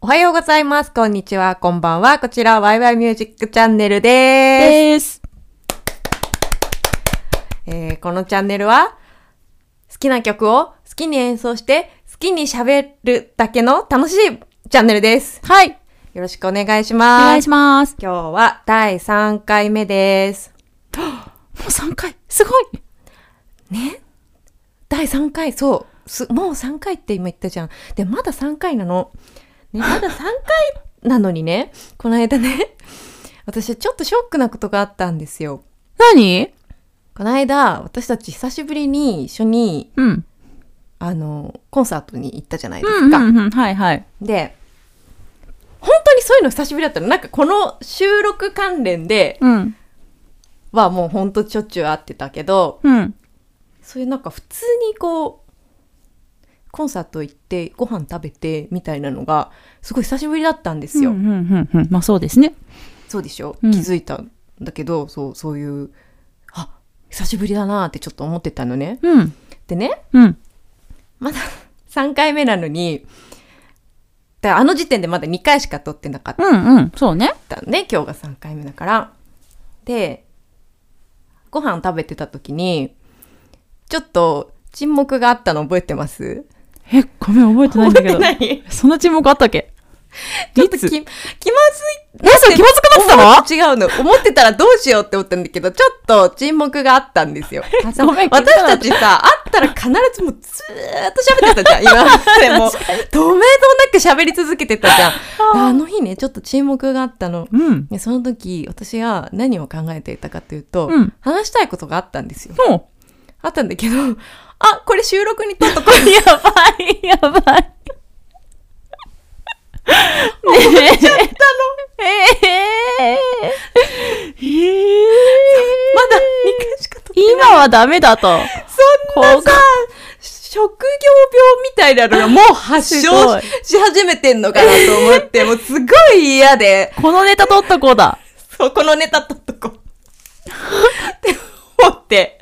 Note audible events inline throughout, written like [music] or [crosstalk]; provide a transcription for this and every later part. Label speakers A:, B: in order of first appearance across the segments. A: おはようございます。こんにちは。こんばんは。こちら、ワイワイミュージックチャンネルで
B: です。
A: す。えーこのチャンネルは、好きな曲を好きに演奏して、好きに喋るだけの楽しいチャンネルです。
B: はい。
A: よろしくお願いし
B: お
A: ます。
B: 願いします。
A: 今日は第3回目です。
B: もう3回。すごい。
A: ね第3回、そう。すもう3回って今言ったじゃん。で、まだ3回なの。ね、まだ3回なのにね、この間ね、私ちょっとショックなことがあったんですよ。
B: 何
A: この間、私たち久しぶりに一緒に、
B: うん。
A: あの、コンサートに行ったじゃないで
B: う
A: す
B: ん、
A: か。
B: うん、うん。はい、はい。
A: で、本当にそういうの久しぶりだったの。なんかこの収録関連で
B: うん。
A: はもう本当しょっちゅう会ってたけど、
B: うん。
A: そういうなんか普通にこう、コンサート行ってご飯食べてみたいなのが、すごい久しぶりだったんですよ。
B: うん、うん、うん。まあそうですね。
A: そうでしょ、
B: うん
A: 気づいたんだけど、そう、そういう、あ、久しぶりだなーってちょっと思ってたのね。
B: うん。
A: でね、
B: うん。
A: まだ3回目なのに、だからあの時点でまだ2回しか撮ってなかっ
B: うん、うん。そうね。
A: たんで、今日が3回目だから。で、ご飯食べてた時に、ちょっと沈黙があったの覚えてます
B: え、ごめん、覚えてないんだけど。
A: 覚えてない
B: その沈黙あったっけ
A: ちょっと
B: いつ
A: き気まずい。
B: え、それ気まずくなってたの
A: 違うの。思ってたらどうしようって思ったんだけど、ちょっと沈黙があったんですよ。
B: [laughs] ごめん
A: 私たちさ、会ったら必ずもうずーっと喋ってたじゃん。今までもう、止めどなく喋り続けてたじ
B: [laughs]
A: ゃん。あの日ね、ちょっと沈黙があったの。
B: うん。
A: でその時、私が何を考えていたかというと、
B: うん
A: 話したいことがあったんですよ。
B: も
A: あったんだけど、あ、これ収録に撮っとこ [laughs]
B: う。やばい、やばい。ねえ。ちゃったの。ええええ
A: まだ2回しか撮ってない。
B: 今はダメだと。
A: そんな
B: こうか
A: さ、職業病みたいなのがもう発
B: すご
A: 症
B: い
A: しし始めてんのかなと思 [laughs] って、もうすごい嫌で、
B: このネタ取っとこうだ。
A: そう、このネタ取っとこ [laughs] う。って思って。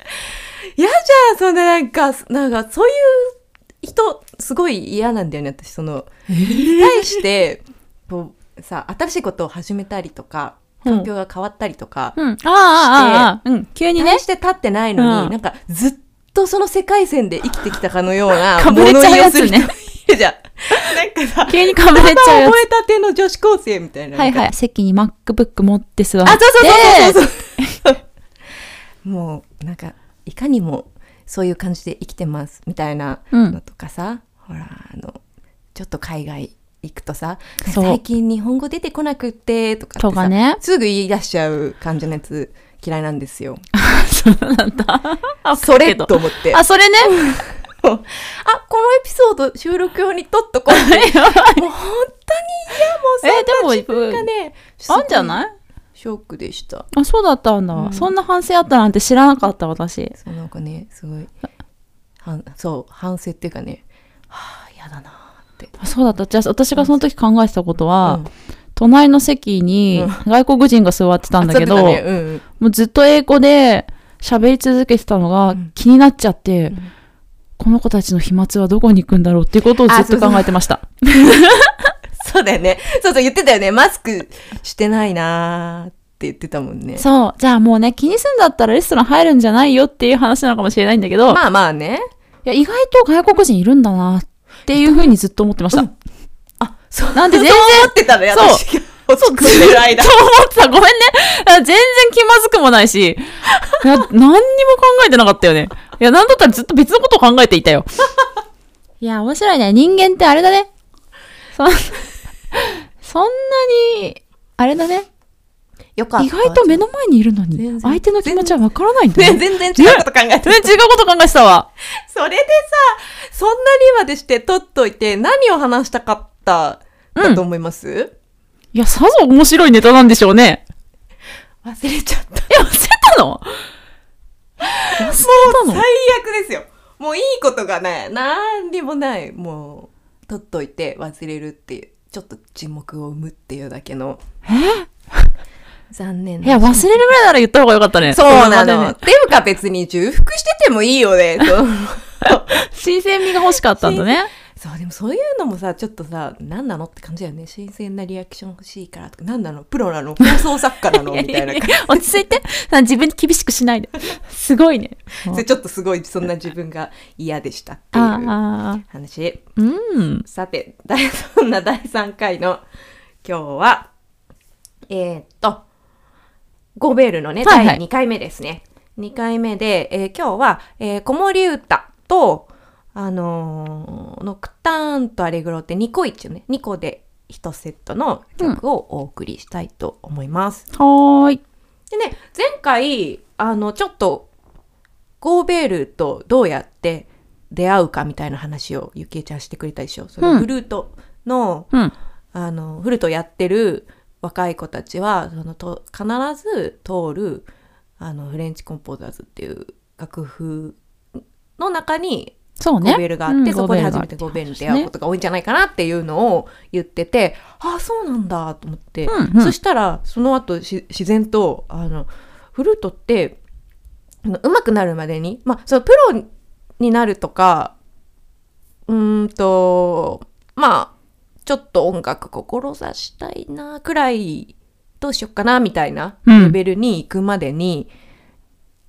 A: 嫌じゃん、そんななんか、なんかそういう人、すごい嫌なんだよね、私。その、対して、こう、さ、新しいことを始めたりとか、環境が変わったりとか、
B: うん。ああ、ああ、ああ。うん。急にね
A: 対。して立ってないのに、
B: うん
A: なんかずっとその世界線で生きてきたかのような
B: [laughs] かぶれちゃうやつね
A: 物言いをする人いるじゃん。
B: [laughs]
A: なんかさ、
B: 急にかぶれちゃうや
A: 覚えたての女子高生みたいな。
B: つ。はいはい。席に MacBook 持って座って。
A: あ、そうそうそうそうそう。もう、なんか、いかにもそういう感じで生きてますみたいな
B: うん
A: のとかさ、ほら、あの、ちょっと海外行くとさ、
B: そう
A: 最近日本語出てこなくってとかって
B: と
A: さ、
B: かね
A: すぐ言い出しちゃう感じのやつ嫌いなんですよ。
B: そうなんだ。あ
A: それと思って。
B: あ、それね。
A: [laughs] あ、このエピソード収録用に撮っとこうって。
B: [laughs] やばい
A: もう本当に
B: え、でも、
A: 嫌もう、そんながね、
B: あんじゃないい
A: ショックでした。
B: あ、そうだったんだ、
A: うん
B: そんな反省あったなんて知らなかった、私。
A: そう、なんかね、すごい、はんそう、反省っていうかね、はあ、嫌だなーって。
B: あそうだった。じゃあ、私がその時考えてたことは、
A: うん
B: 隣の席に外国人が座ってたんだけど、
A: あそうだねうん
B: もうずっと英語で喋り続けてたのが
A: ん
B: 気になっちゃって、
A: ん
B: この子たちの飛沫はどこに行くんだろうっていうことをずっと考えてました。
A: そうだよね。そうそう、言ってたよね。マスクしてないなーって言ってたもんね。
B: そう。じゃあもうね、気にすんだったらレストラン入るんじゃないよっていう話なのかもしれないんだけど、い
A: まあまあね。
B: や意外と外国人いるんだなっていうふうにずっと思っ
A: [laughs]
B: てました。
A: うんあ、そう。
B: なんで全然
A: そう思ってたね、
B: そう
A: 私が。そう、ずるい間
B: [laughs] と。思ってた。ごめんね。あ全然気まずくもないし、いや、何にも考えてなかったよね。いや、なんだったらずっと別のことを考えてい
A: [laughs]
B: たよ。いや、面白いね。人間ってあれだね。そん、 [laughs] そんなに、あれだね。
A: よかった。
B: 意外と目の前にいるの
A: 全
B: に、
A: 然
B: 相手の気持ちはわからないんだ
A: ね、
B: ね。
A: 全然違うこと考えてた
B: 全然違うこと考えてたわ。
A: それでさ、そんなにまでして撮っといて何を話したかっただと思います、
B: いや、さぞ面白いネタなんでしょうね。
A: 忘れちゃった。
B: え、忘れたの忘れた
A: 最悪
B: の
A: ですよ。もういいことがない。何にもない。もう、撮っといて忘れるっていう。ちょっと沈黙を生むっていうだけの。残念
B: いや、忘れるぐらいなら言った方がよかったね。
A: そうな
B: これ
A: の。
B: までね
A: っていう [laughs] か別に重複しててもいいよね。そう
B: 新鮮味が欲しかったんだね。
A: そうでもそういうのもさちょっとさ何なのって感じだよね新鮮なリアクション欲しいからとか何なのプロなの放送作家なのみたいな感じ
B: [laughs] 落ち着いて自分に厳しくしないですごいね
A: でちょっとすごいそんな自分が嫌でしたっていう
B: ああ
A: 話
B: うん
A: さて第 [laughs] そんな第3回の今日はえー、っとゴベールのね
B: はいはい
A: 第2回目ですね、2回目で、えー今日は、えー、子守歌とあのーノクターンとアレグロって2個一応ね2個で1セットの曲をお送りしたいと思います、
B: はーい
A: でね、前回、あの、ちょっと、ゴーベールとどうやって出会うかみたいな話をゆきえちゃんしてくれたでしょ。その
B: うん
A: フルートの、
B: うん
A: あの、フルートやってる若い子たちは、そのと必ず通る、あの、フレンチコンポーザーズっていう楽譜の中に
B: そう
A: ゴ
B: ね
A: ーベールがあって、
B: うん
A: そこで初めてゴ
B: ゴ
A: ー
B: ー
A: ベ
B: ベ
A: ー
B: ー
A: ル
B: ル
A: に
B: が
A: 出会うことが多いんじゃないかなっていうのを言ってて、ああ、そうなんだと思って、
B: うんうん
A: そしたら、その後し自然と、あの、フルートって、あの上手くなるまでに、まあ、そのプロになるとか、うーんと、まあ、ちょっと音楽志したいな、くらい、どうしよっかな、みたいな
B: うん
A: レベルに行くまでに、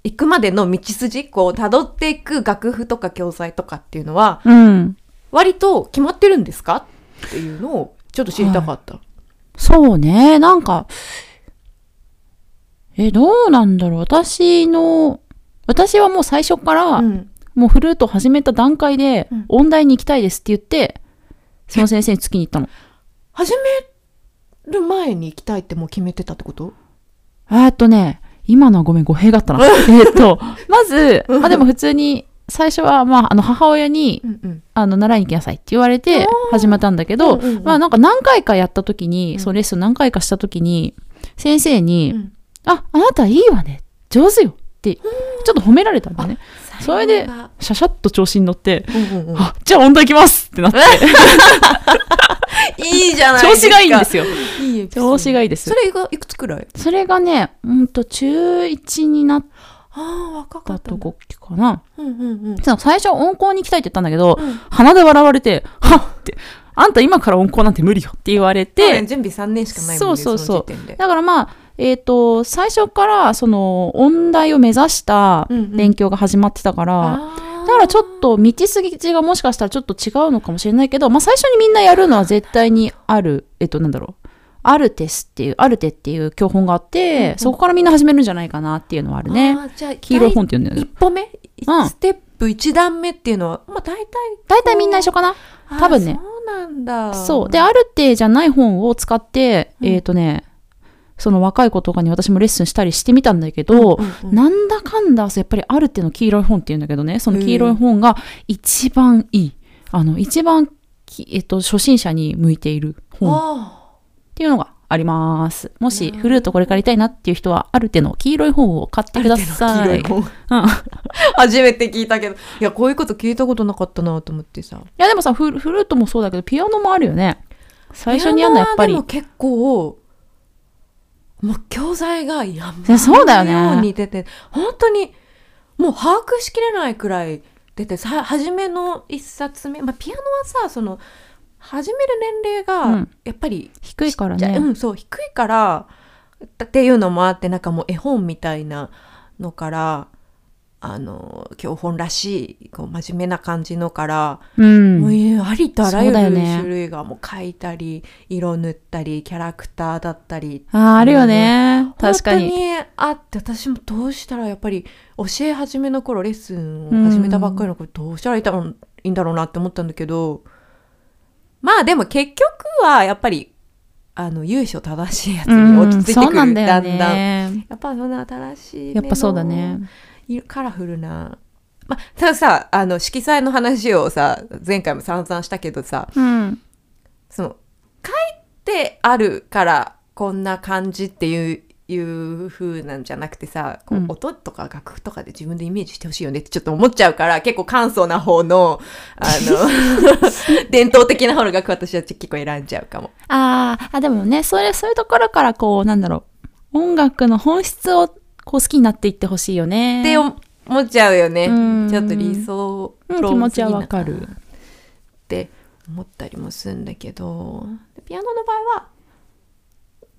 A: 行くまでの道筋、こう、辿っていく楽譜とか教材とかっていうのは、
B: うん
A: 割と決まってるんですかっていうのをちょっと知りたかった。
B: そうねなんかえどうなんだろう私の私はもう最初から、
A: うん
B: もうフルート始めた段階で、
A: うん
B: 音大に行きたいですって言ってその先生につきに行っ
A: [laughs]
B: たの
A: 始める前に行きたいってもう決めてたってこと
B: えーっとね、今のはごめん、語弊があった [laughs] な。えー
A: [laughs]
B: っと、まず、
A: うん
B: まあでも普通に、最初は、まあ、あの、母親に、
A: うんうん。
B: あの、習いに来なさいって言われて
A: おー
B: 始まったんだけど、
A: うんうんうん
B: まあなんか何回かやった時に、
A: うん
B: そのレッスン何回かした時に、先生に、
A: うん
B: あ、あなたいいわね、上手よって、ちょっと褒められたんだね。それで
A: 才能が
B: シャシャッと調子に乗って、
A: うんうんうん
B: あ、じゃあ音大行きますってなって、
A: [laughs] いいじゃない
B: 調
A: です
B: 子
A: か。
B: がいいんですよ。
A: いいエピソード
B: 調子がいいです
A: そ。れがいくつくらい
B: それがね、うんと、中1になっ
A: ああ、若かっ
B: た
A: た
B: と
A: んだ。
B: こかな。
A: うんうんうん。
B: その最初温厚に行きたいって言ったんだけど、
A: うん
B: 鼻で笑われて、はっって、あんた今から温厚なんて無理よって言われ
A: で、
B: て、
A: 準備3年しかないもんね。
B: そうそうそう
A: の時点で。
B: だからまあ、えっ、と、最初からその音大を目指した
A: うんうん
B: 勉強が始まってたから、
A: あー
B: だからちょっと道筋がもしかしたらちょっと違うのかもしれないけど、まあ最初にみんなやるのは絶対にある、えっとなんだろう、アルテスっていう、アルテっていう教本があって、
A: うんうん
B: そこからみんな始めるんじゃないかなっていうのはあるね。
A: あー。じゃあ、
B: 黄色い本って言うんだよ
A: 第一歩目、
B: ね。うん
A: ステップ1段目っていうのは、まあ大体、
B: 大体みんな一緒かな
A: あー
B: 多分ね
A: そうなんだ。
B: そう。で、ある程じゃない本を使って、
A: うん
B: えっ、とね、その若い子とかに私もレッスンしたりしてみたんだけど、
A: うんうん
B: なんだかんだ、そうやっぱりある程の黄色い本って言うんだけどね、その黄色い本が一番いい。あの、一番き、えっ、と、初心者に向いている本っ
A: あ
B: ていうのがあります。もし、
A: なるほど
B: フルートこれからやりたいなっていう人は、ある程の黄色い本を買ってくだ
A: ー
B: さ
A: 黄色
B: い。
A: い本
B: うん。い
A: [laughs] 初めて聞いたけどいやこういうこと聞いたことなかったなと思ってさ
B: や、でもさフル、フルートもそうだけど、ピアノもあるよね。最初にやるのはやっぱり
A: ピアノはでも。結構もう教材がや
B: いやそうだよね
A: ばいように出て本当にもう把握しきれないくらい出てさ初めの一冊目、まあ、ピアノはさその始める年齢
B: う
A: が
B: ん
A: やっぱり
B: 低いから
A: じゃあ
B: ね。
A: うん、そう低いからっていうのもあってなんかもう絵本みたいなのからあの教本らしいこう真面目な感じのから、
B: うん
A: もういありとあらゆる
B: そうだよね
A: 種類がもう描いたり、色塗ったりキャラクターだったり
B: あーあるよね。確か
A: 本
B: に。
A: 当にあって私もどうしたらやっぱり教え始めの頃レッスンを始めたばっかりの頃どうしたらいいだろういいんだろうなって思ったんだけどまあでも結局はやっぱりあの由緒正しいやつに落ち着いてくる、
B: そうなんだよ
A: んだんや
B: ね。
A: っぱそんな新しい
B: やっぱそうだね。
A: いカラフルなまあたださあの色彩の話をさ前回も散々したけどさ
B: うん。
A: その書いてあるからこんな感じっていういう風なんじゃなくてさこう
B: うん
A: 音とか楽譜とかで自分でイメージしてほしいよねってちょっと思っちゃうから結構簡素な方のあ
B: [laughs]
A: の伝統的な方の楽譜私は結構選んじゃうかも。
B: あーあ、でもね、それ、そういうところから、こう、なんだろう。音楽の本質を、こう、好きになっていってほしいよね。
A: って思っちゃうよね
B: うん
A: ちょっと理想
B: うん、気持ちはわか
A: 論すぎな
B: る
A: っ。て思ったりもするんだけどピアノの場合は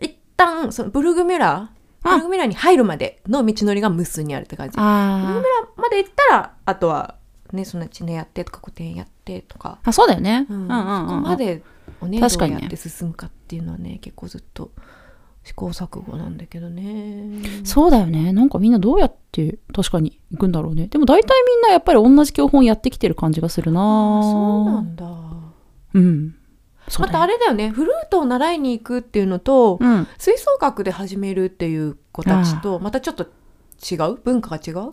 A: 一旦そのブルグミュラーブルグミュラーに入るまでの道のりが無数にあるって感じブルグミュ
B: あ
A: ラーまで行ったらあとはねそんな地ねやってとか古典やってとか、
B: あ。あ、そうだよね。うんうんうんうん。
A: そこまでおねど
B: 確か
A: う
B: に
A: や
B: ね
A: って進むかっていうのはね結構ずっと試行錯誤なんだけどね
B: そうだよね。なんかみんなどうやって確かに行くんだろうね。でも大体みんなやっぱり同じ教本やってきてる感じがするな
A: あそうなんだ
B: うん。そう
A: ま
B: だ
A: た
B: よ
A: あれだよねフルートを習いに行くっていうのと、
B: うん。
A: 吹奏楽で始めるっていう子たちとまたちょっと違う文化が違う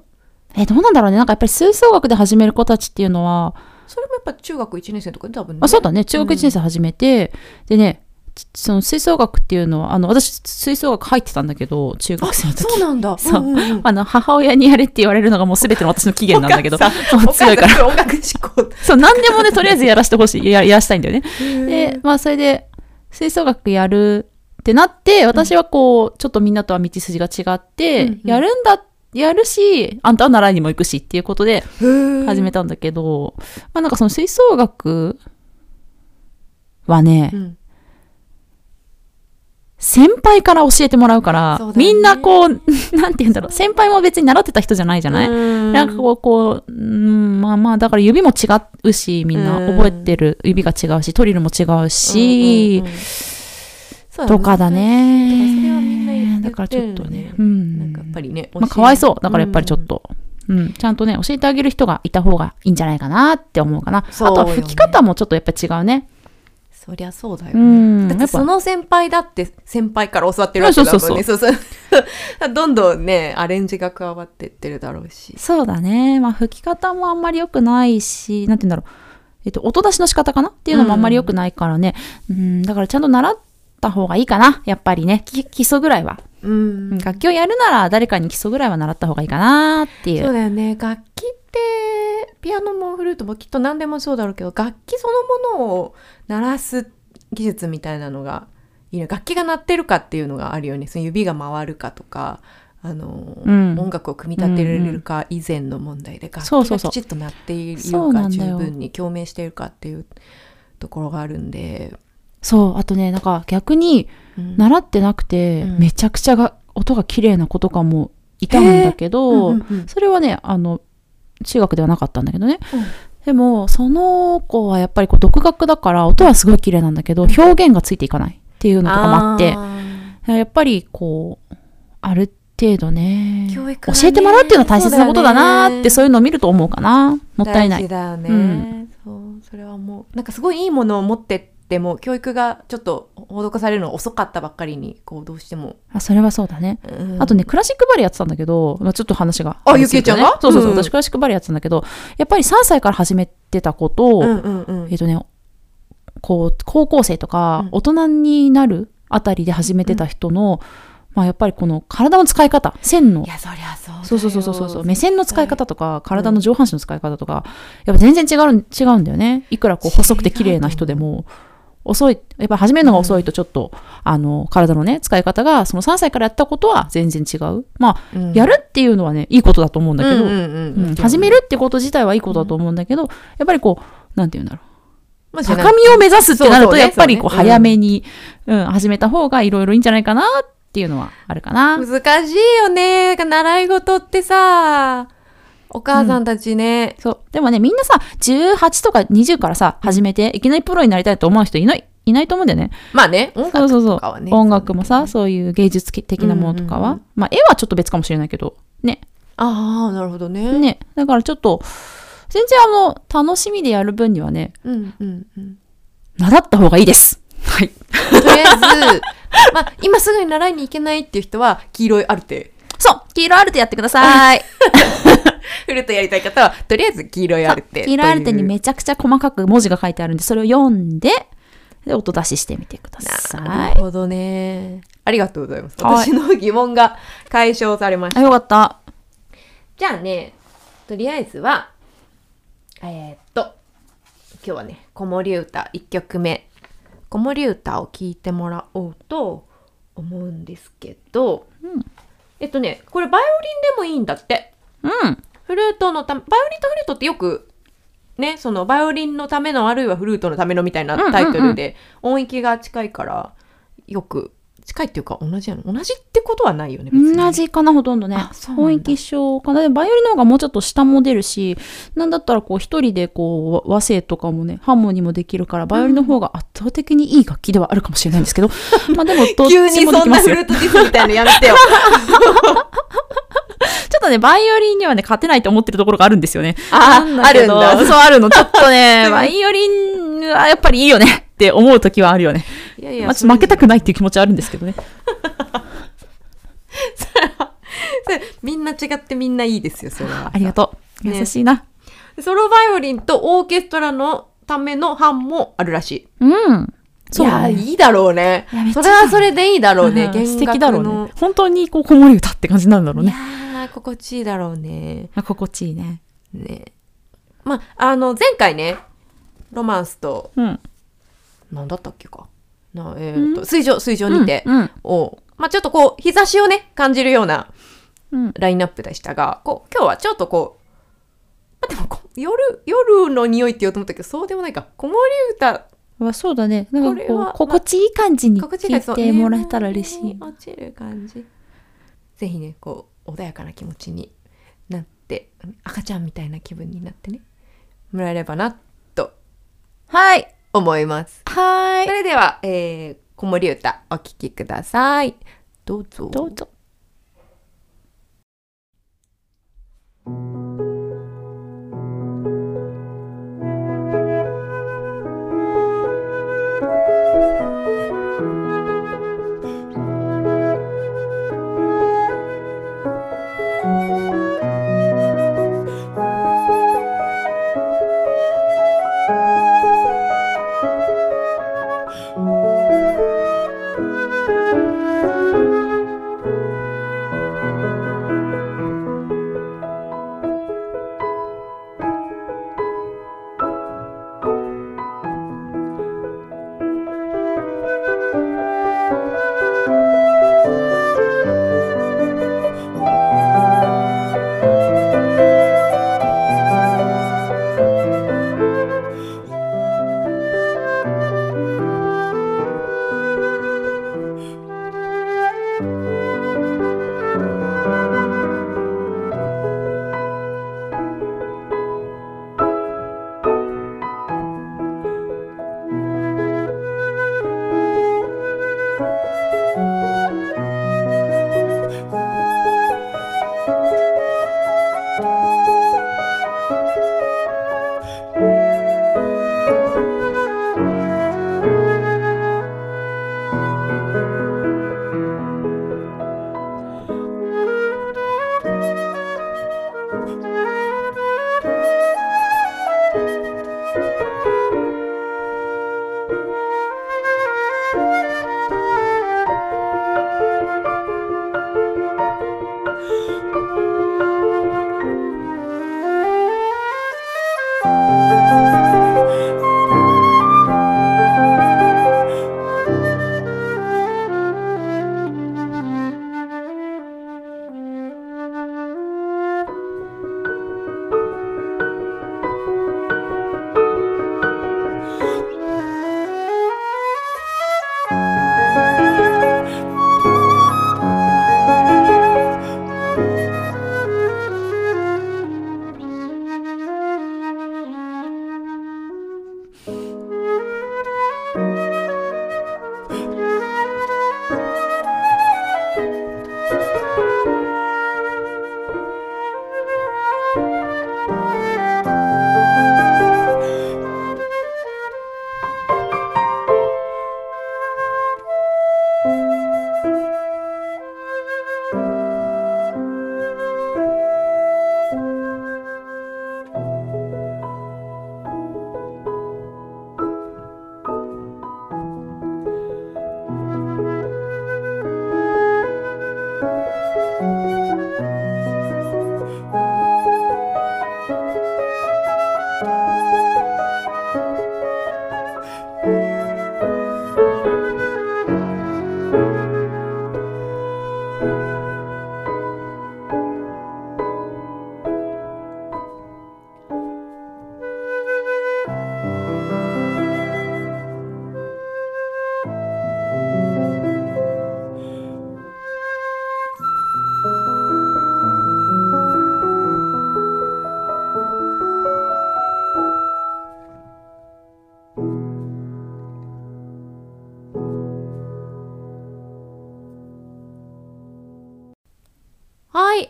B: え、どうなんだろうね。なんかやっぱり吹奏楽で始める子たちっていうのは、
A: それもやっぱ中学1年生とかで多分ね
B: あ、そうだね。中学1年生始めて、でね、ちその吹奏楽っていうのは、あの、私、吹奏楽入ってたんだけど、中
A: あ
B: 学生の時
A: そ。うなんだ
B: そうん
A: んん
B: あの、母親にやれって言われるのがもう全ての私の起源なんだけど、
A: お母さん
B: そう強いから。
A: お母さん音楽志向
B: そう、何でもね、とりあえずやらしてほしい。ややらしたいんだよね。で、まあ、それで、吹奏楽やるってなって、私はこう、ちょっとみんなとは道筋が違って、
A: うんうん
B: やるんだ、やるし、あんたは習いにも行くしっていうことで始め
A: た
B: たんだけど、まあなんかその吹奏楽はね、先輩から教えてもらうから、
A: そうだよね
B: みんなこう、 [laughs] なんて言うんだろう、先輩も別に習ってた人じゃないじゃない、なんかこう、こう、うん、まあまあ、だから指も違うし、みんな
A: うん
B: 覚えてる指が違うし、トリルも違うし、とかだ
A: それはみんな言っ
B: ね。
A: て
B: だからちょっとね、
A: う
B: うん。
A: なんかやっぱりね
B: まあ、かわいそう。だからやっぱりちょっと、うん、ちゃんとね、教えてあげる人がいた方がいいんじゃないかなって思うかな。あ
A: そうよ
B: と
A: ね
B: は吹き方もちょっとやっぱ違うね。
A: そりゃそうだよ
B: う
A: ね
B: ん。
A: だっ
B: や
A: て
B: っ
A: そ
B: ぱ、
A: の先輩だって先輩から教わってるわけだもんね。そうそうどんどんね、アレンジが加わってってるだろうし。
B: そうだね。まあ、吹き方もあんまり良くないし、なんて言うんだろう。えっと、音出しの仕方かなっていうのもあんまり良くないからね。うん、だからちゃんと習った方がいいかな。やっぱりね、き基礎ぐらいは。
A: うん
B: うん楽器をやるなら誰かに基礎ぐらいは習った方がいいかなってい
A: そう
B: う。
A: だよね楽器ってピアノもフルートもきっと何でもそうだろうけど楽器そのものを鳴らす技術みたいなのがいいね楽器が鳴ってるかっていうのがあるよねその指が回るかとかあの、
B: うん
A: 音楽を組み立てられるか以前の問題で、楽
B: そう
A: 器
B: そ
A: が
B: うそ
A: き
B: う
A: ちっと鳴っている
B: そう
A: か
B: なん
A: 十
B: だよ
A: 分に共鳴しているかっていうところがあるんで、
B: そう、あとね、なんか逆に
A: うん
B: 習ってなくて、
A: うん
B: めちゃくちゃが音が綺麗な子とかもいたんだけど、
A: うんうんうん
B: それはね、あの、中学ではなかったんだけどね。でも、その子はやっぱりこう独学だから音はすごい綺麗なんだけど、表現がついていかないっていうのとかもあって、
A: あ
B: やっぱりこう、ある程度ね、
A: 教育
B: 教
A: はね
B: えてもらうっていうのは大切なことだなーって、そういうのを見ると思うかな。
A: ー
B: もったいな
A: 大
B: い
A: 事。だよね、
B: うん
A: そうそれはもうなんかすごいいいものを持ってっても教育がちょっと施されるのが遅かったばっかりにこうどうしても、
B: あ、それはそうだね。
A: うん
B: あとね、クラシックバレエやってたんだけど、まあ、ちょっと話が。
A: あゆきえちゃんが
B: そうそうそう、
A: うん
B: 私クラシックバレエやってたんだけど、やっぱり3歳から始めてた子と、
A: うんうんうん
B: えっとね、こう、高校生と
A: うん
B: か、大人になるあたりで始めてた人の、まあやっぱりこの体の使い方、線の
A: い。やそりゃそうだよ
B: そうそうそうそうそう、目線の使い方とか、体の上半身の使い方とか、やっぱ全然違う、違うんだよね。いくらこう細くて綺麗な人でも、遅い、やっぱ始めるのが遅いとちょっと、あの、体のね、使い方が、その3歳からやったことは全然違う。まあ、
A: うん
B: やるっていうのはね、いいことだと思うんだけど、
A: うんうんうん
B: うん始めるってこと自体はいいことだと思うんだけど、やっぱりこう、なんて言うんだろう。
A: まあじゃあ
B: 高みを目指すってなる
A: そうそう
B: と、やっぱりこう
A: そうね
B: 早めに、うん、始めた方がいろいろいいんじゃないかなっていうのはあるかな。
A: 難しいよねなんか習い事ってさお母さんたちね、
B: そう。でもね、みんなさ、18とか20からさ、始めて、いきなりプロになりたいと思う人いない、いないと思うんだよね。
A: まあね音
B: そう
A: 楽
B: そう
A: と
B: そ
A: かはね
B: う。音楽もさ、そういう芸術的なものとかは。
A: うんうんう
B: まあ、絵はちょっと別かもしれないけど、ね。
A: ああなるほどね
B: ね。だからちょっと、全然あの、楽しみでやる分にはね、
A: うんうんうん
B: 習った方がいいです。はい。
A: とりあえず、 [laughs] まあ、今すぐに習いに行けないっていう人は黄色いアルテ
B: そう黄色アルテやってくだ
A: [laughs]
B: さい。
A: フルートやりたい方はとりあえず黄色いアルテ
B: 黄色アルテに
A: っ
B: めちゃくちゃ細かく文字が書いてあるんで、それを読んで、で、音出ししてみてくだ
A: な
B: さ
A: る
B: い。
A: ほどねありがとうございます
B: はい
A: 私の疑問が解消されまし
B: あ、
A: た
B: よかった。
A: じゃあねとりあえずはえーっと今日はね子守歌1曲目子守歌を聴いてもらおうと思うんですけど、
B: うん
A: えっとねこれバイオリンでもいいんだって
B: うん。
A: フルートのたバイオリンとフルートってよくね、そのバイオリンのためのあるいはフルートのためのみたいなタイトルで音域が近いからよく近いっていうか同じやの同じってことはないよね別に
B: 同じかな、ほとんどね
A: あそう。なんだ
B: 音域一緒かな。で、バイオリンの方がもうちょっと下も出るし、なんだったらこう一人でこう和和声とかもね、ハーモニーもできるから、バイオリンの方が圧倒的にいい楽器ではあるかもしれないんですけど、まあでもどっ
A: [laughs] 急に
B: ちもで
A: そ
B: き
A: ん
B: ま
A: な
B: す
A: フ
B: よ
A: ル。ートディスみたいなのやめてよ
B: [laughs] ちょっとね、バイオリンにはね、勝てないと思ってるところがあるんですよね。
A: あ
B: なんけど
A: あるんだ、
B: そう、あるの。ちょっとね
A: [laughs]
B: バイオリンはやっぱりいいよねって思う時はあるよね。
A: いやい
B: まあ、ちょっと負けたくないっていう気持ちはあるんですけどね。
A: それみんな違ってみんないいですよそれは
B: ありがとう。
A: ね
B: 優しいな。
A: ソロバイオリンとオーケストラのための班もあるらしい
B: うん。そう
A: いや
B: だね
A: いいだろうね
B: いやめっち
A: そ
B: ゃ
A: れはそれでいいだろうね
B: ん
A: 弦楽の
B: 素敵だろうね。本当にこう、こもり歌って感じになるんだろう
A: いや
B: ね。
A: ー心地いいだろうね
B: あ心地いいね。
A: ねまああの前回ねロマンスと
B: うん。
A: 何だったっけかなえー、と水上水上にて、
B: うん。
A: を、まあ、ちょっとこう日差しをね感じるような
B: うん
A: ラインナップでしたが、こう今日はちょっとこう、まあ、でもこう夜夜の匂いって言おうと思ったけどそうでもないか子守歌
B: うん。そうだね。なん
A: こ
B: か
A: れ
B: こう
A: は、
B: 心地いい感じに
A: 心地が
B: 聞いてもらえたら嬉しい。
A: 落ちる感じぜひねこう穏やかな気持ちになって赤ちゃんみたいな気分になってねもらえればなと
B: はい。
A: 思います
B: は
A: そ
B: い。
A: れでは、えー、子守歌お聴きくださいどうぞ
B: どうぞ。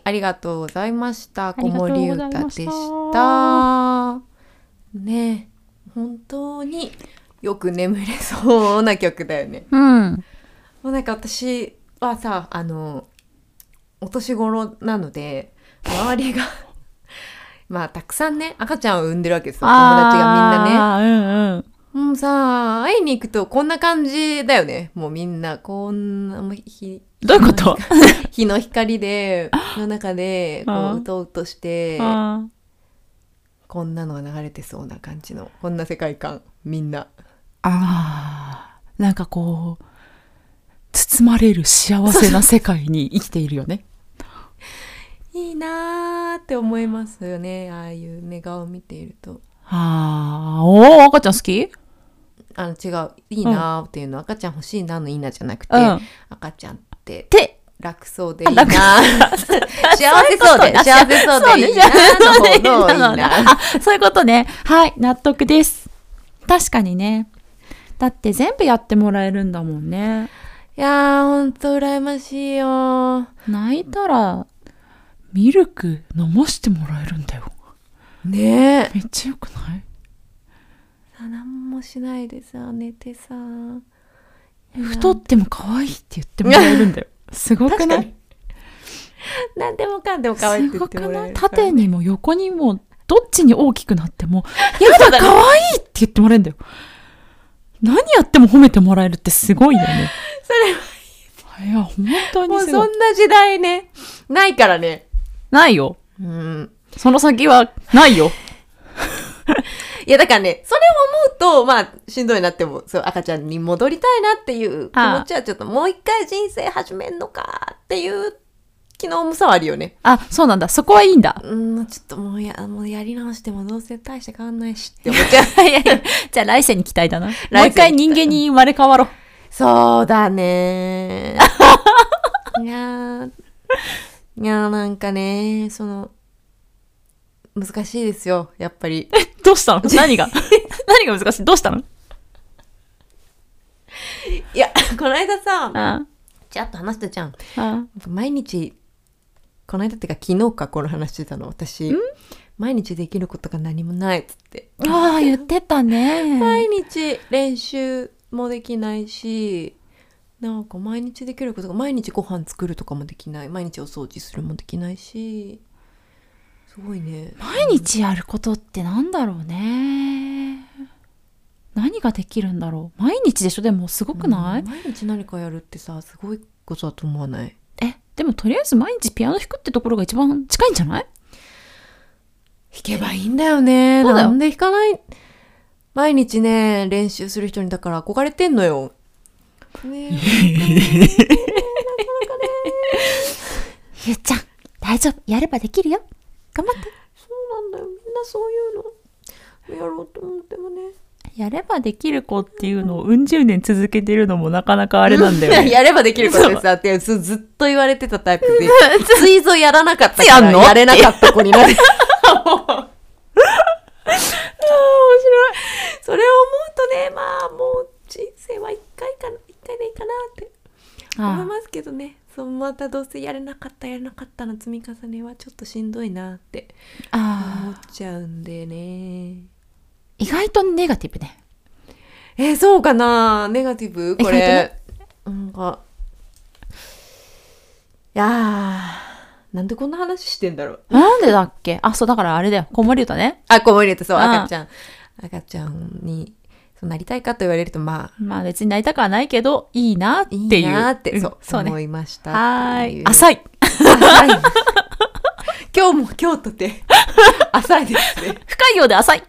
A: ありがとうございました。
B: あ
A: 子
B: りがとう
A: 守
B: ござ
A: 歌
B: いま
A: で
B: した
A: した。ねえ本当によく眠れそうな曲だよね。
B: うん。
A: もうなんか私はさあのお年頃なので周りが [laughs] まあたくさんね赤ちゃんを産んでるわけですよ友達がみんなね。
B: あーうんうん。
A: もうさ会いに行くとこんな感じだよねもうみんなこんなもうひ
B: どういうこと
A: 日の光での中でこ
B: あ
A: う
B: ー
A: うとうとして
B: あ
A: こんなのが流れてそうな感じのこんな世界観みんな
B: あー。なんかこう、包まれる幸せな世界に生きているよね。
A: いいなーって思いますよねああいう寝顔を見ていると
B: ああ、おお、赤ちゃん好き
A: あの違ういいなーっていうのは、赤ちゃん欲しいなのいいなじゃなくて、
B: うん
A: 赤ちゃんって
B: て、
A: 楽そうでいいなー [laughs] 幸せそうで
B: あ
A: 幸せそうでいいなーの方のいいな
B: あ、 [laughs] そういうことね。はい、納得です。確かにね。だって全部やってもらえるんだもんね。
A: いやーほんと羨ましいよー
B: 泣いたら、ミルク飲ましてもらえるんだよ。
A: ねえ
B: めっちゃよくない
A: 何もしないでさ寝てさ
B: 太っても可愛いって言ってもらえるん
A: [laughs]
B: だよ。すごく
A: 確
B: な
A: か
B: い
A: に何でもかんでも可愛いっ
B: す
A: て言
B: ご
A: って
B: く
A: もら
B: な
A: え
B: い
A: るから
B: 縦にも横にも、どっちに大きくなっ
A: [laughs]
B: ても、やだ、可愛いって言ってもらえるんだよ。何やっても褒めてもらえるってすごいよ
A: [laughs]
B: ね。
A: それ
B: いや、本当
A: も
B: に
A: う
B: す
A: そ
B: ごい。
A: んな時代ねないからね
B: ないよ。
A: うん
B: その先はないよ。
A: いやだからね、それを思うと、まあ、しんどいなっても、そう、赤ちゃんに戻りたいなっていう気持ちはちょっと、もう一回人生始めんのかっていう気の重さはあるよね。
B: あ、そうなんだ。そこはいいん [laughs] だ。
A: うん、ちょっともうや、もうやり直してもどうせ大して変わんないしって思っちゃう。
B: [laughs] じゃあ来世に期待だな。も
A: 世に
B: う一回人間に生まれ変わろう。
A: [laughs] そうだねー。いやー、いやーなんかねその、難しいですよ、やっぱり。
B: どうしたの何が [laughs] 何が難しいどうしたの
A: [laughs] いや、この間さ、 [laughs]
B: あ
A: ちらっと話したじゃん。
B: あ。
A: 毎日この間っていうか昨日かこの話してたの私毎日できることが何もないっつって、
B: ああ、言ってたね。
A: 毎日練習もできないしなんか毎日できることが毎日ご飯作るとかもできない毎日お掃除するもできないしすごいね
B: 毎日やることってなんだろうね。何ができるんだろう。毎日でしょでもすごくない、
A: うん毎日何かやるってさすごいことだと思わない
B: え、でもとりあえず毎日ピアノ弾くってところが一番近いんじゃない
A: 弾けばいいんだよね
B: そうだよ
A: なんで弾かない毎日ね練習する人にだから憧れてんのよねえ
B: ゆっちゃん、大丈夫。やればできるよ。頑張って。
A: そうなんだよ。みんなそういうのやろうと思ってもね。
B: やればできる子っていうのをうん十年続けてるのもなかなかあれなんだ [laughs] よね。
A: [laughs] やればできることです。だってずずっと言われてたタイプ
B: [laughs]
A: で、ついぞやらなかったか
B: や
A: ら
B: んの
A: やれなかった子にな
B: [laughs]
A: る。それを思うとね、まあもう人生は一回かな、一回でいいかなって思いますけどね。そうまたどうせやれなかったやれなかったの積み重ねはちょっとしんどいなって思っちゃうんでね。
B: 意外とネガティブね。
A: えーそうかなネガティブこれ。なんか。いやー、なんでこんな話してんだろう。
B: なんでだっけあ、そう、だからあれだよ。子守歌ね。
A: あ、こぼれてそう、
B: ああ
A: 赤ちゃん。赤ちゃんに、そうなりたいかと言われると、まあ、
B: まあ別になりたくはないけど、いいなってい。
A: いういなーって、
B: ん
A: そう、
B: そう
A: 思
B: ね。
A: いました。
B: は
A: って
B: ー
A: う
B: い。浅い。
A: 浅い。今日も今日とて、 [laughs] 浅いですね。
B: 深いようで浅い。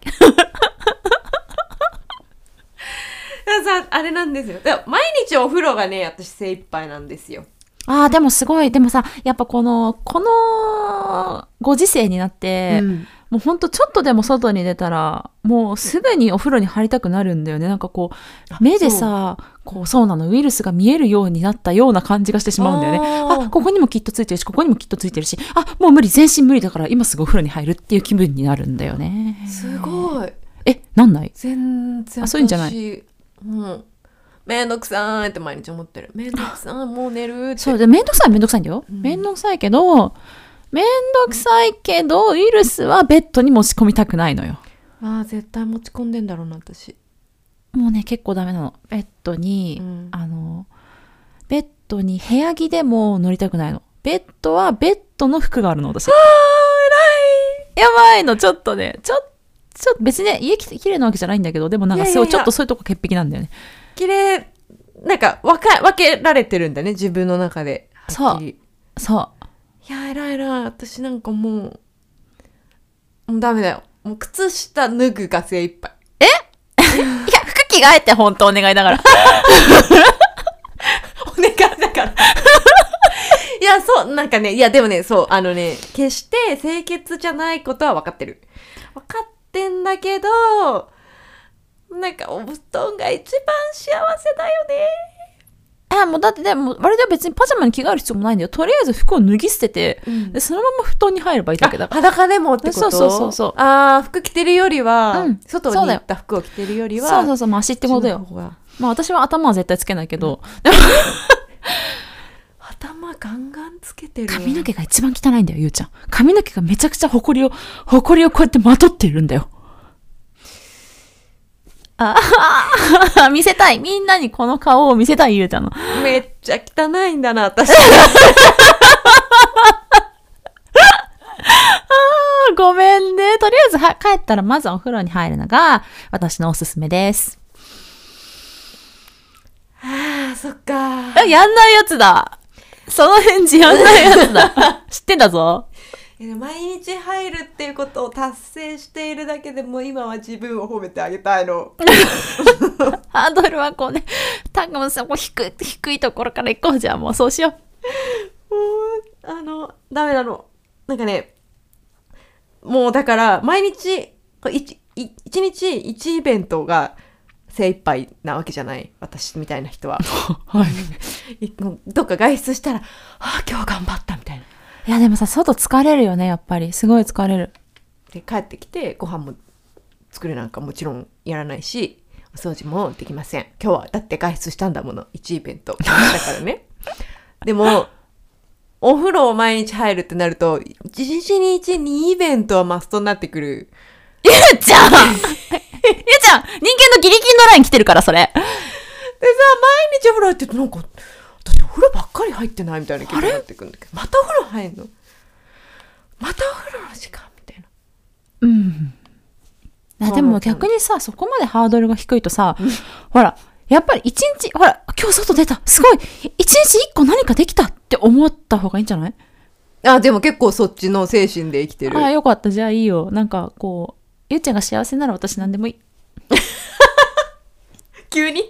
A: さあれなんですよ。でも毎日お風呂がね、私精一杯なんですよ。
B: ああ、でもすごい。でもさ、やっぱこの、このご時世になって、
A: うん
B: もうほんとちょっとでも外に出たら、もうすぐにお風呂に入りたくなるんだよね。なんかこう、目でさ、こう、そうなの、ウイルスが見えるようになったような感じがしてしまうんだ
A: あ
B: よね。
A: ー
B: あ、ここにもきっとついてるし、ここにもきっとついてるし、あ、もう無理、全身無理だから、今すぐお風呂に入るっていう気分になるんだよね。
A: すごい。
B: え、なんない
A: 全然
B: あそういうんじゃない
A: 私うんめんどくさーいって毎日思ってるめんどくさーいもう寝るって
B: そう、で、めんどくさいはめんどくさいんだよ。めんどくさいけど、めんどくさいけど、ウイルスはベッドに持ち込みたくないのよ。
A: ああ絶対持ち込んでんだろうな私
B: もうね、結構ダメなの。ベッドに、
A: うん
B: あの、ベッドに部屋着でも乗りたくないの。ベッドはベッドの服があるの、私。あー、偉いやばいの、ちょっとね、ちょ、ちょっと別にね、家ききれいなわけじゃないんだけど、でもなんか
A: いやい
B: す
A: やい
B: ご
A: や
B: い、ちょっとそういうとこ潔癖なんだよね。
A: 綺麗なんか分か分けられてるんだね自分の中で
B: そう
A: はっきり
B: そう。
A: いや偉い偉い私なんかもうもうダメだよもう靴下脱ぐが精一杯
B: いや、服着替えて、本当お願いだから。
A: [laughs] お願いだからいやそうなんかねいやでもねそうあのね決して清潔じゃないことは分かってる分かってんだけどなんかお布団が一番幸せだよね
B: え、もうだってね、も [laughs] う、あれでは別にパジャマに着替える必要もないんだよ。とりあえず服を脱ぎ捨てて、
A: うん
B: でそのまま布団に入ればいいだけだ
A: あ
B: から。
A: 裸でもってこと
B: そうそうそうそう
A: ああ服着てるよりは、
B: うん
A: 外に
B: そうだ
A: 行
B: よ
A: った服を着てるよりは
B: そうそううそう、マシってことよ。
A: よ
B: まあ私は頭は絶対つけないけど、
A: 頭ガンガンつけてる
B: 髪の毛が一番汚いんだよ、ゆうちゃん。髪の毛がめちゃくちゃ埃を、埃をこうやってまとっているんだよ。ああ、見せたい。みんなにこの顔を見せたい、ゆうちゃんの。
A: めっちゃ汚いんだな [laughs] 私
B: あごめんね。とりあえずは帰ったらまずお風呂に入るのが私のおすすめです。
A: ああそっか
B: えやんないやつだ。その返事やんないやつだ。 [laughs] 知ってんだぞ。
A: え毎日入るっていうことを達成しているだけでもう今は自分を褒めてあげたいの
B: ハードルはこうね、多分そこ低い、低いところから行こうじゃあもうそうしよう。
A: もうあのダメなのなんかねもうだから毎日こう一一一日一イベントが精一杯なわけじゃない私みたいな人は
B: はい。
A: いどっか外出したら「ああ今日頑張った」みたいな。
B: いやでもさ、外疲れるよね、やっぱり。すごい疲れる。
A: で帰ってきてご飯も作るなんかもちろんやらないしお掃除もできません今日はだって外出したんだもの1イベントだからね [laughs] でもお風呂を毎日入るってなると1日に1 2イベントはマストになってくる
B: ゆうちゃんゆうちゃん人間のギリギリのライン来てるから、それ。
A: でさ毎日お風呂入ってるとなんか私お風呂ばっかり入ってないみたいな気分になってくるんだけどまたお風呂入んのまたお風呂の時間みたいな
B: うん。あでも逆にさ、そこまでハードルが低いとさ、ほら、やっぱり一日、ほら、今日外出た、すごい、一日一個何かできたって思った方がいいんじゃない
A: あでも結構そっちの精神で生きてる
B: ああ、よかった、じゃあいいよ。なんかこう、ゆうちゃんが幸せなら私何でもいい。
A: 急に
B: と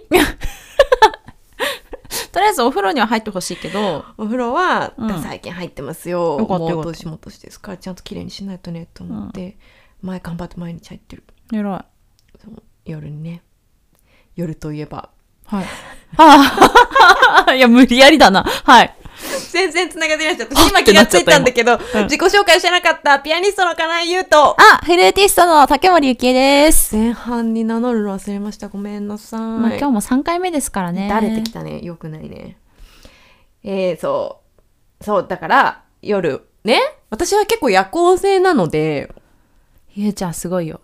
B: りあえずお風呂には入ってほしいけど、
A: お風呂は、
B: うん
A: 最近入ってますよ。
B: よかった
A: もう
B: よかった
A: 年も年ですからちゃんと綺麗にしないとねと思って、前頑張って毎日入ってる。
B: 偉い。はい。
A: そう夜にね。夜といえば。
B: ああ、 [laughs] いや、無理やりだな。はい。
A: [laughs] 全然繋がってなかった。
B: はっ
A: 今気がついたんだけど、
B: 今うん
A: 自己紹介してなかったピアニストの金井優と。
B: あ、フルーティストの竹森ゆきえです。
A: 前半に名乗るの忘れました。ごめんなさい。
B: まあ今日も3回目ですからね。
A: だれてきたね。よくないね。えー、そう。そう、だから、夜、ね。私は結構夜行性なので、
B: ゆうちゃんすごいよ。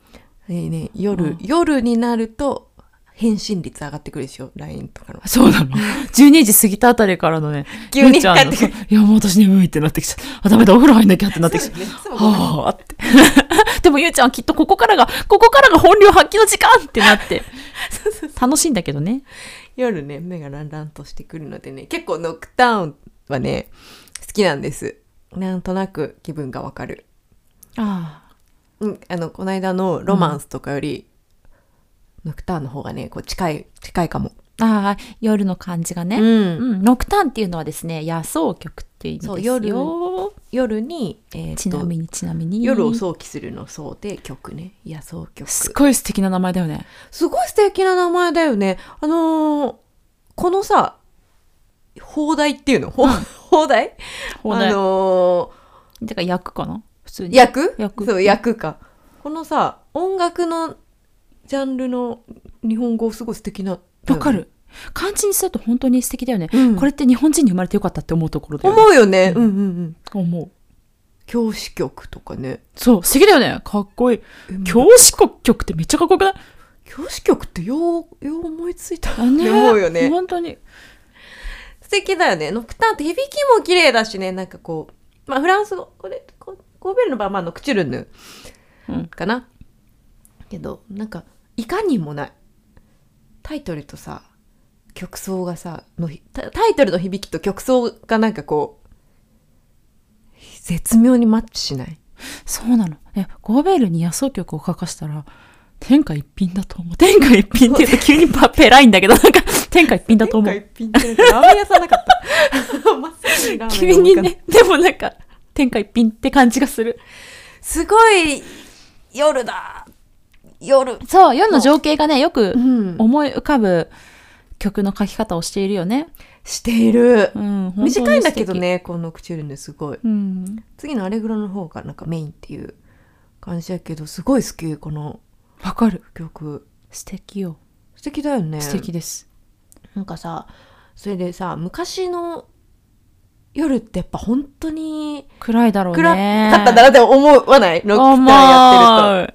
A: えーね、夜、
B: うん
A: 夜になると返信率上がってくるでしょ LINE とかの
B: そうなの [laughs] ?12 時過ぎたあたりからの [laughs] ね、
A: 急に
B: ゆうちゃんの
A: 帰ってく
B: いや、もう私眠いってなってきちゃった。あ、ダメだ、お風呂入んなきゃってなってきちゃっ
A: そうですね
B: た。
A: そうですね
B: はぁって。 [laughs] でもゆうちゃんはきっとここからが、ここからが本領発揮の時間ってなって。楽しいんだけどね。
A: 夜ね目がランランとしてくるのでね結構ノックタウンはね好きなんですなんとなく気分がわかる、
B: ああ。
A: うん、あのこの間のロマンスとかより、ノックタウンの方がねこう近い近いかも、
B: ああ、夜の感じがね。
A: ん
B: うん、ノクターンっていうのはですね、野草曲っていう意味ですよ。
A: そう夜夜に、えー
B: ち
A: と
B: なみに、ちなみに。
A: 夜を想起するのそうで曲ねいやそう曲
B: すっごい素敵な名前だよね。
A: すごい素敵な名前だよね。あのーこのさ、放題っていうのほ放題
B: 放題
A: あの
B: てか、役かな普通
A: ー
B: に。
A: 役
B: 役
A: そう、役か。このさ、音楽のジャンルの日本語すごい素敵な。
B: わかる。漢字にすると本当に素敵だよね。
A: うん
B: これって日本人に生まれてよかったって思うところだ
A: 思
B: よね。
A: うよね。うんうんうん。
B: 思う。
A: 教師局とかね。
B: そう、素敵だよね。かっこいい。
A: えもう
B: 教師国曲ってめっちゃかっこよくない
A: 教師局ってよう、よう思いついた
B: あ
A: なって思うよね。
B: 本当に。
A: 素敵だよね。ノクターンって響きも綺麗だしね、なんかこう、まあフランス語、これ、こコーベルの場合はまあノクチュルンヌ
B: うん
A: かな。けど、なんか、いかにもない。タイトルとさ、曲奏がさ、のひタタイトルの響きと曲奏がなんかこう、絶妙にマッチしない。
B: そうなの。え、ゴーベルに野草曲を書かしたら、天下一品だと思う。天下一品って言うと急にパペラいんだけど、なんか、天下一品だと思う。
A: 一品ってラーメン屋さんなか [laughs] った。まさにラーメン
B: 急
A: 屋
B: に
A: さん
B: ね、でもなんか、天下一品って感じがする。
A: すごい夜だ夜
B: そう、世の情景がね、よく
A: ん
B: 思い浮かぶ曲の書き方をしているよね。
A: している
B: う、ん、
A: 短いんだけど。ねこのクチュルヌすごい
B: うん。
A: 次のアレグロの方がなんかメインっていう感じだけどすごい好きこの
B: わかる。
A: 曲
B: 素敵よ。
A: 素敵だよね
B: 素敵です。
A: なんかさそれでさ昔の夜ってやっぱ本当に
B: 暗いだろうね。
A: 暗かったんだなって思わないロックターやってると。
B: 思う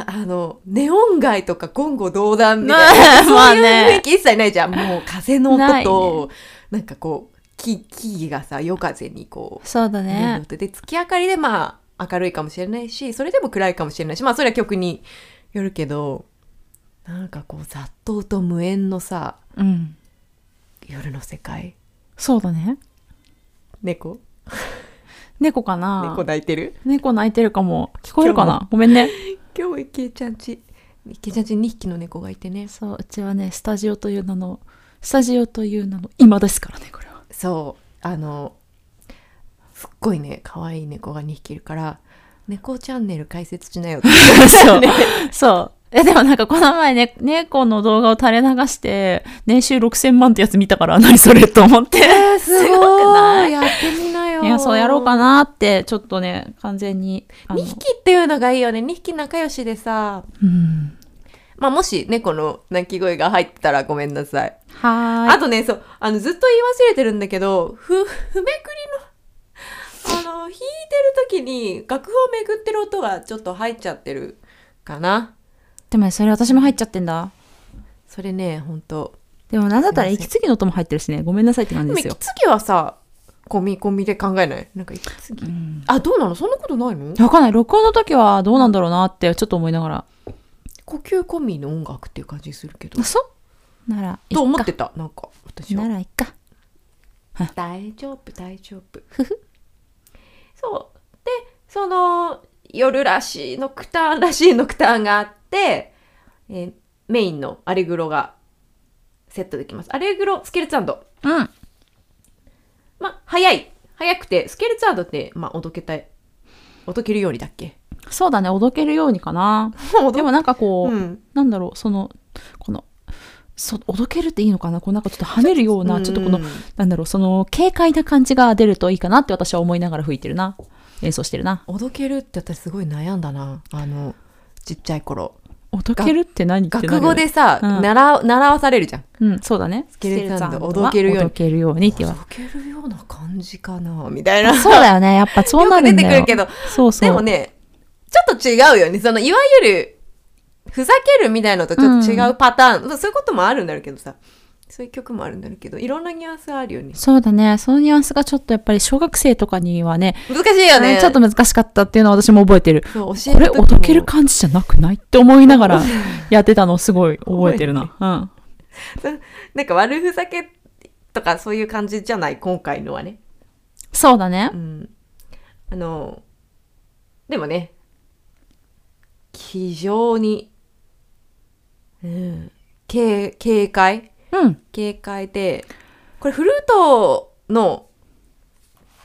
A: があの、ネオン街とか言語道断み
B: ね
A: たいな、
B: [laughs] まあ
A: そういう
B: ね
A: 雰囲気一切ないじゃん。もう風の
B: な
A: 音
B: いね
A: と、なんかこう、木木々がさ、夜風にこう、
B: そうだ
A: ね
B: ね。
A: で、月明かりでまあ、明るいかもしれないし、それでも暗いかもしれないし、まあ、それは曲によるけど、なんかこう、雑踏と無縁のさ、
B: うん。
A: 夜の世界。
B: そうだね。
A: 猫
B: 猫かな
A: 猫抱いてる
B: 猫泣いてるかも。聞こえるかなごめんね。
A: 今日もイケちゃんち、イケちゃんちに2匹の猫がいてね。
B: [laughs] そう、うちはね、スタジオという名の、スタジオという名の今ですからね、これは。
A: そうあのすっごいね可愛い猫が2匹いるから「猫チャンネル開設しな
B: [laughs]
A: よ」って
B: そう。そう。え、でもなんかこの前ね、猫の動画を垂れ流して、年収6000万ってやつ見たから、何それと思って。
A: す
B: ごい
A: やってみなよ
B: [laughs] いや、そうやろうかなって、ちょっとね、完全に。あの
A: 2匹っていうのがいいよね2匹仲良しでさ
B: うん。
A: まあもし猫の鳴き声が入ってたらごめんなさい、
B: はーい。
A: あとねそうあのずっと言い忘れてるんだけどふふめくりのあの弾いてる時に楽譜をめぐってる音がちょっと入っちゃってるかな
B: でもね、それ私も入っちゃってんだ。
A: それねほんと
B: でもなんだったら
A: すいません
B: 息継ぎの音も入ってるしね、ごめんなさいって感
A: でも
B: じで
A: 息
B: すよ。
A: 継ぎはさ込み込みで考えないなんか息継ぎ、
B: うん
A: あどうなのそんなことないの
B: わかんない。録音の時はどうなんだろうなって、ちょっと思いながら。
A: 呼吸込みの音楽っていう感じするけど
B: あそうならいいか
A: と思ってたなんか私
B: な
A: は
B: らいっか
A: 大丈夫大丈夫 [laughs] そうでその夜らしいノクターンらしいノクターンがあって、えーメインのアレグロがセットできますアレグロスケルツァンド
B: うん
A: まあ早い早くてスケルツァンドってまあおどけたいおどけるようにだっけ
B: そうだねおどけるようにか [laughs] な
A: お
B: でもなんかこう、
A: ん、
B: なんだろうそのこのそおどけるっていいのかなこうなんかちょっと跳ねるようなちょっとこの、
A: うん
B: なんだろうその軽快な感じが出るといいかなって私は思いながら吹いてるな演奏してるな
A: おどけるって私すごい悩んだなあのちっちゃい頃
B: おどけるって何ってなるよ
A: 学語
B: ね
A: でさ、
B: うん
A: 習う習わされるじゃん
B: うんそうだねス
A: ケルツァンドおど
B: は
A: けるように
B: おどけるようにって
A: お
B: 言
A: ど
B: わ
A: けるような感じかなみたいな [laughs]
B: そうだよねやっぱそうなるんだよ
A: よく出てくるけ
B: そうそう
A: でもねちょっと違うよねそのいわゆるふざけるみたいなのとちょっと違うパターン、まあそういうこともあるんだろうけどさそういう曲もあるんだろうけどいろんなニュアンスあるよね
B: そうだねそのニュアンスがちょっとやっぱり小学生とかにはね
A: 難しいよね
B: ちょっと難しかったっていうのは私も覚えてる
A: そう教え
B: こ
A: る
B: れ
A: 時
B: お
A: も
B: どける感じじゃなくないって思い
A: [laughs]
B: ながらやってたのすごい覚えてるな。
A: そうなんか悪ふざけとかそういう感じじゃない今回のはね
B: うん。そうだね
A: う。ん、あのでもね非常に、うん、軽軽快
B: うん。
A: 軽快でこれフルートの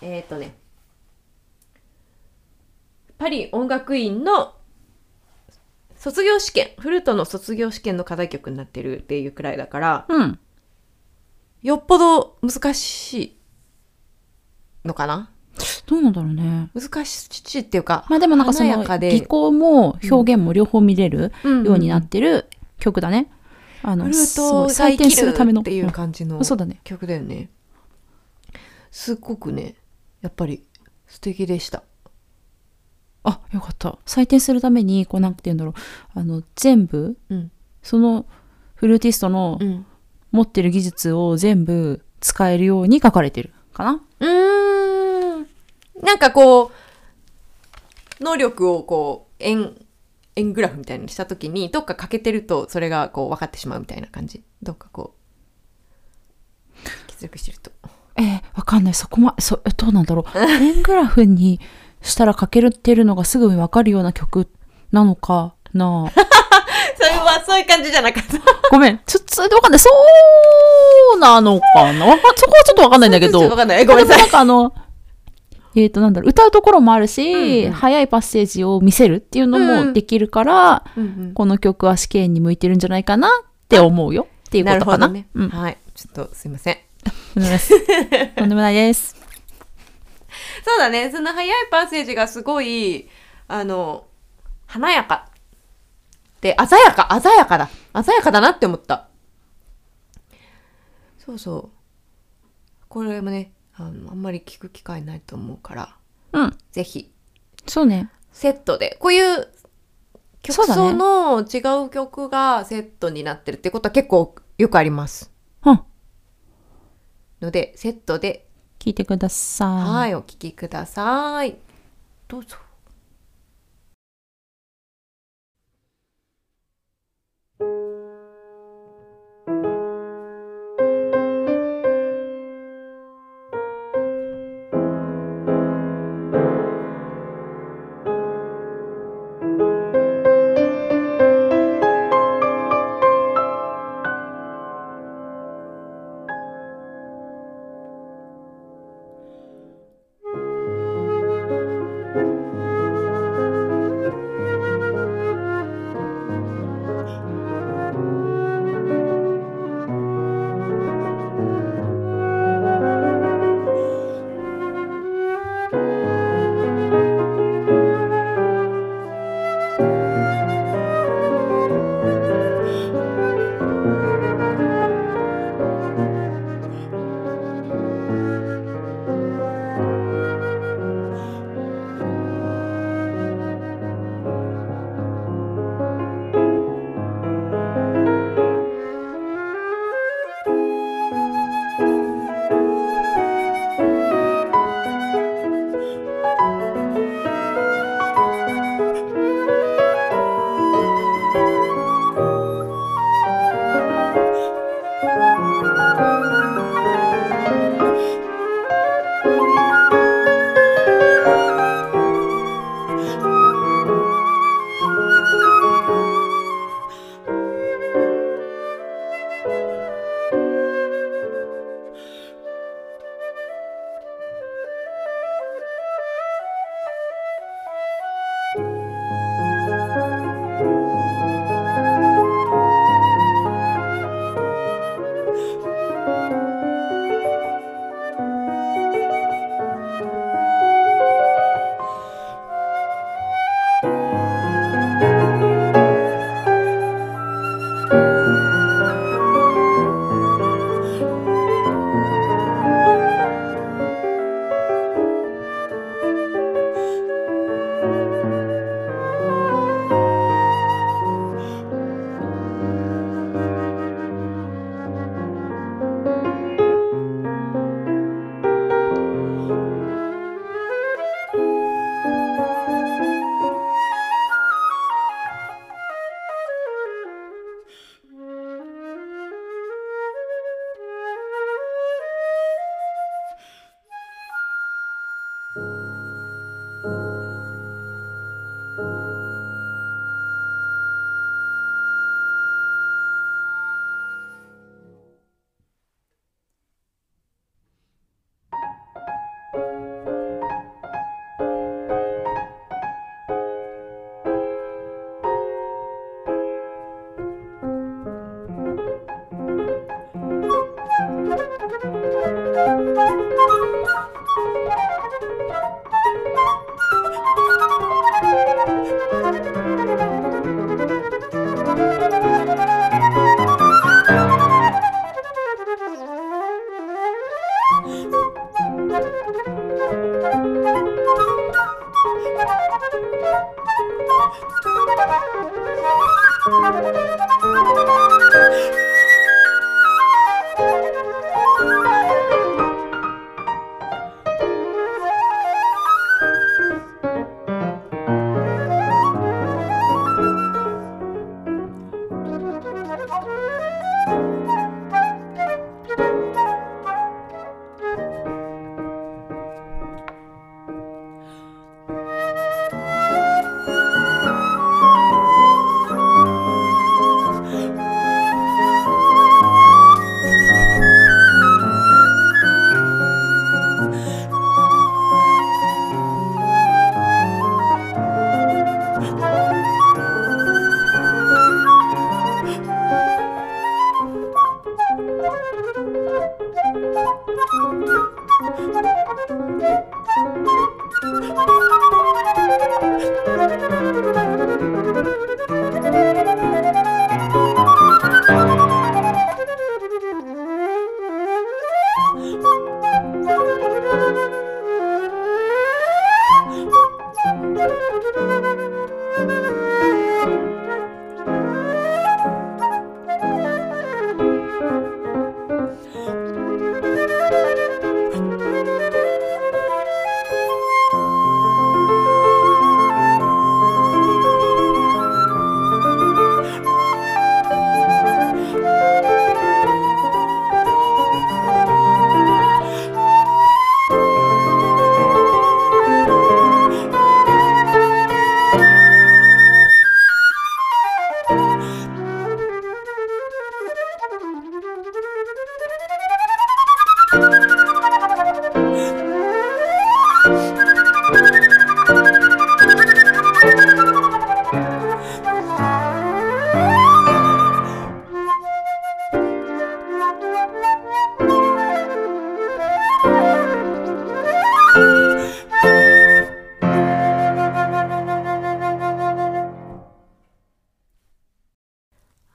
A: えっ、とねパリ音楽院の卒業試験フルートの卒業試験の課題曲になってるっていうくらいだから
B: うん。
A: よっぽど難しいのかな
B: どうなんだろうね。
A: 難しいっていうか、
B: まあでもなんかそ
A: 華
B: の
A: やかで
B: 技巧も表現も両方見れる
A: うんうん
B: ようになってる曲だね。あ
A: フ
B: の、
A: ルー
B: そ
A: ト
B: う
A: を
B: 採
A: 再
B: 点
A: 起
B: す
A: す
B: る
A: る
B: た
A: た
B: め
A: め
B: の
A: のっていう感じの
B: そうだね。
A: 曲だよね。すっごくね、やっぱり素敵でした。
B: あ、よかった。採点するために、こう、なんて言うんだろう。あの、全部、
A: うん
B: その、フルーティストの
A: うん
B: 持ってる技術を全部使えるように書かれてるかな。
A: うーんなんかこう能力をこう円円グラフみたいにした時にどっか欠けてるとそれがこう分かってしまうみたいな感じどっか [laughs] こう欠落してると
B: えー、わかんない。そこま、そ、えどうなんだろ
A: [laughs]
B: う。円グラフにしたら書けるってるのがすぐにわかるような曲なのかな。
A: それはそういう感じじゃなか [laughs] った
B: ごめん。ちょ、ちょっとわかんない。そうなのかなわかそこはちょっとわかんないんだけ
A: [laughs]
B: ど。
A: 分かんない
B: [laughs]
A: ごめんなさい
B: なんかあの、えっ、と、なんだろう、歌うところもある
A: う
B: し、
A: んうん
B: 早いパッセージを見せるっていうのもできるから、この曲は試験に向いてるんじゃないかなって思うよっていうこ
A: なる
B: と
A: ほ
B: かな。
A: どね、
B: うん。
A: はいちょっとすいません
B: とんでもないです。
A: [laughs]
B: とんでもないです。
A: そうだねその早いパッセージがすごいあの華やかで鮮やか鮮やかだ鮮やかだなって思ったそうそうこれもねあのあんまり聞く機会ないと思うから
B: うん。
A: ぜひ
B: そうね。
A: セットでこういう曲
B: そうだね
A: 層の違う曲がセットになってるってことは結構よくあります
B: うん。
A: のでセットで
B: 聞いてください。
A: はい、お聞きください。どうぞ。
C: 「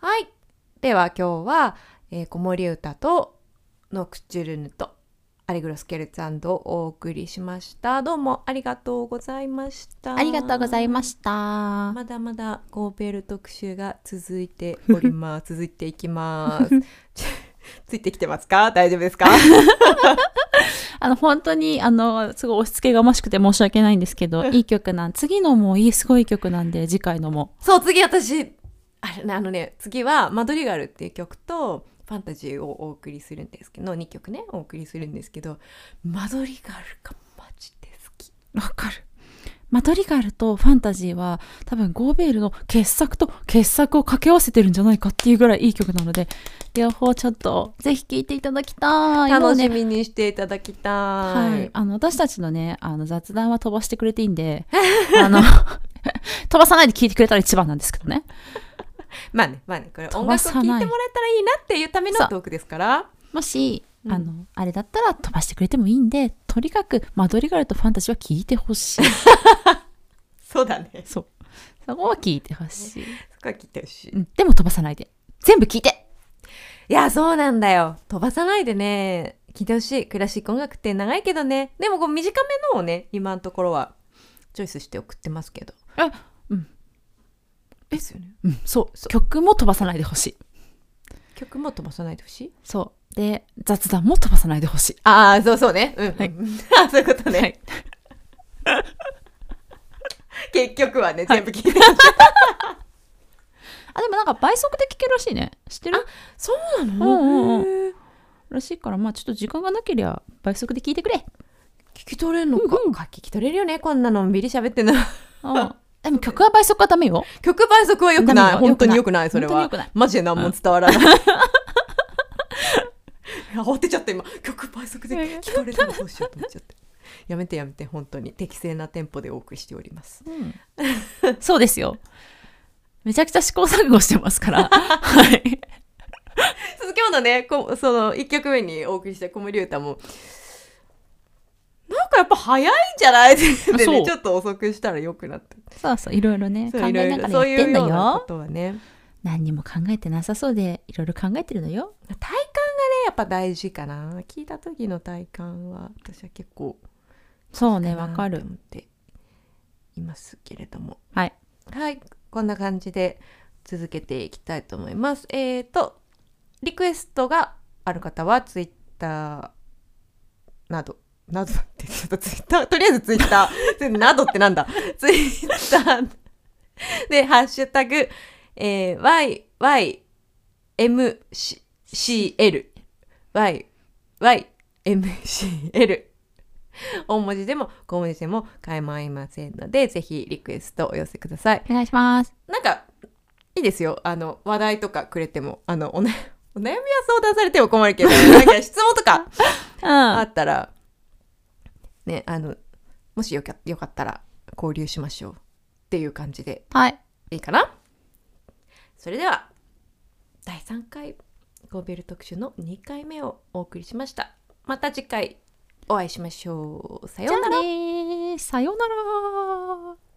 A: はい。では今日は、えー、子守歌とノクチュルヌとアリグロスケルツァンドをお送りしました。どうもありがとうございました。
B: ありがとうございました。
A: まだまだゴーベル特集が続いております。 [laughs] 続いていきます。ち [laughs] ついてきてますか大丈夫ですか
B: あの、本当に、あの、すごい押し付けがましくて申し訳ないんですけど、いい曲なん、次のもいい、すごい曲なんで、次回のも。
A: [laughs] そう、次私、あれね、あのね、次はマドリガルっていう曲とファンタジーをお送りするんですけど、2曲ね、お送りするんですけど、マドリガルがマジで好き。
B: わかる。マトリガルとファンタジーは、多分、ゴーベールの傑作と傑作を掛け合わせてるんじゃないかっていうぐらいいい曲なので、両方ちょっと、ぜひ聴いていただきたい。
A: 楽しみ
B: み。
A: にしていただきたい。
B: はい。あの、私たちのね、あの、雑談は飛ばしてくれていいん [laughs] で、あの、飛ばさないで聴いてくれたら一番なんですけどね。
A: まあね、まあね、これ音
B: 飛
A: 楽を
B: ばさ
A: 聴
B: ない
A: いてもらえたらいいなっていうための
B: そう
A: トークですから。
B: もし、
A: うん
B: あの、あれだったら飛ばしてくれてもいいんで、とにかくマドリガルとファンタジーは聞いてほしい。
A: そうだね。
B: [laughs] そう。そこは聞いてほしい。
A: そこは聞いてほしい。
B: うんでも飛ばさないで。全部聞いて
A: いや、そうなんだよ。飛ばさないでね、聞いてほしい。クラシック音楽って長いけどね。でもこう短めのをね、今のところはチョイスして送ってますけど。
B: あ、うん。
A: ですよね。
B: うん、そう。曲も飛ばさないでほしい。
A: 曲も飛ばさないでほしい。
B: そう。で、雑談も飛ばさないでほしい。
A: ああ、そうそうね。うん。
B: はい
A: あ [laughs] そういう
B: [laughs]
A: ことね。
B: はい
A: 結局はね、全部聞いて、
B: [laughs] あ、でもなんか倍速で聞けるらしいね。知ってる
A: そうな
B: うんうん
A: へー
B: らしいから、まあちょっと時間がなければ倍速で聞いてくれ。
A: 聞き取れるのか、
B: うんうん
A: か聞き取れるよね。こんなのんびり喋ってん [laughs] の。
B: うん。でも曲は倍速はダメよ。
A: 曲倍速は良くない。
B: ダメよ
A: 本当に良くない、それは。
B: 本当に良くない
A: マジで何も伝わ [laughs] らない。いや慌てちゃった今曲倍速で聞かれたらどうしようと思っちゃってやめてやめて本当に適正なテンポでお送りしており [laughs] ます
B: そうですよ。めちゃくちゃ試行錯誤してます [laughs] から。はい。
A: そう今日のねこその1曲目にお送りした小森歌もなんかやっぱ早いんじゃないって言って
B: そ
A: ね
B: う
A: ちょっと遅くしたらよくなって
B: そうそう、いろいろね、考
A: そう
B: え
A: いろい
B: な
A: ろ
B: がら
A: そう
B: やって
A: い
B: ん
A: う
B: だ
A: ようなこ
B: よ。
A: とはね
B: 何にも考えてなさそうで、いろいろ考えてるのよ。
A: 体感がねやっぱ大事かな聞いた時の体感は私は結構
B: そうね、
A: な
B: わか
A: と
B: る。
A: 思っていますけれども
B: はい。
A: はい、こんな感じで続けていきたいと思います。えーと、リクエストがある方は、ツイッターなど、などって言っちゃった、ツイッター、とりあえずツイッター、 [laughs] などってなんだ、ツイッターで、ハッシュタグ、えー、YYMCL、YYMCL 大文字でも小文字でも構いませんので、ぜひリクエストお寄せください。
B: お願いします。
A: なんか、いいですよ。あの、話題とかくれても、あの、お,、ね、 [laughs] お悩みは相談されても困るけど、なんか質問とか
B: うん。
A: あ
B: は
A: ったら、ね、あの、もしよかよかったら交流しましょうっていう感じで
B: い。
A: いいかなそれでは、第3回ゴーベル特集の2回目をお送りしました。また次回お会いしましょう。さ
B: じ
A: よ
B: ゃ
A: うな
B: あ
A: ら
B: ねー。さようなら。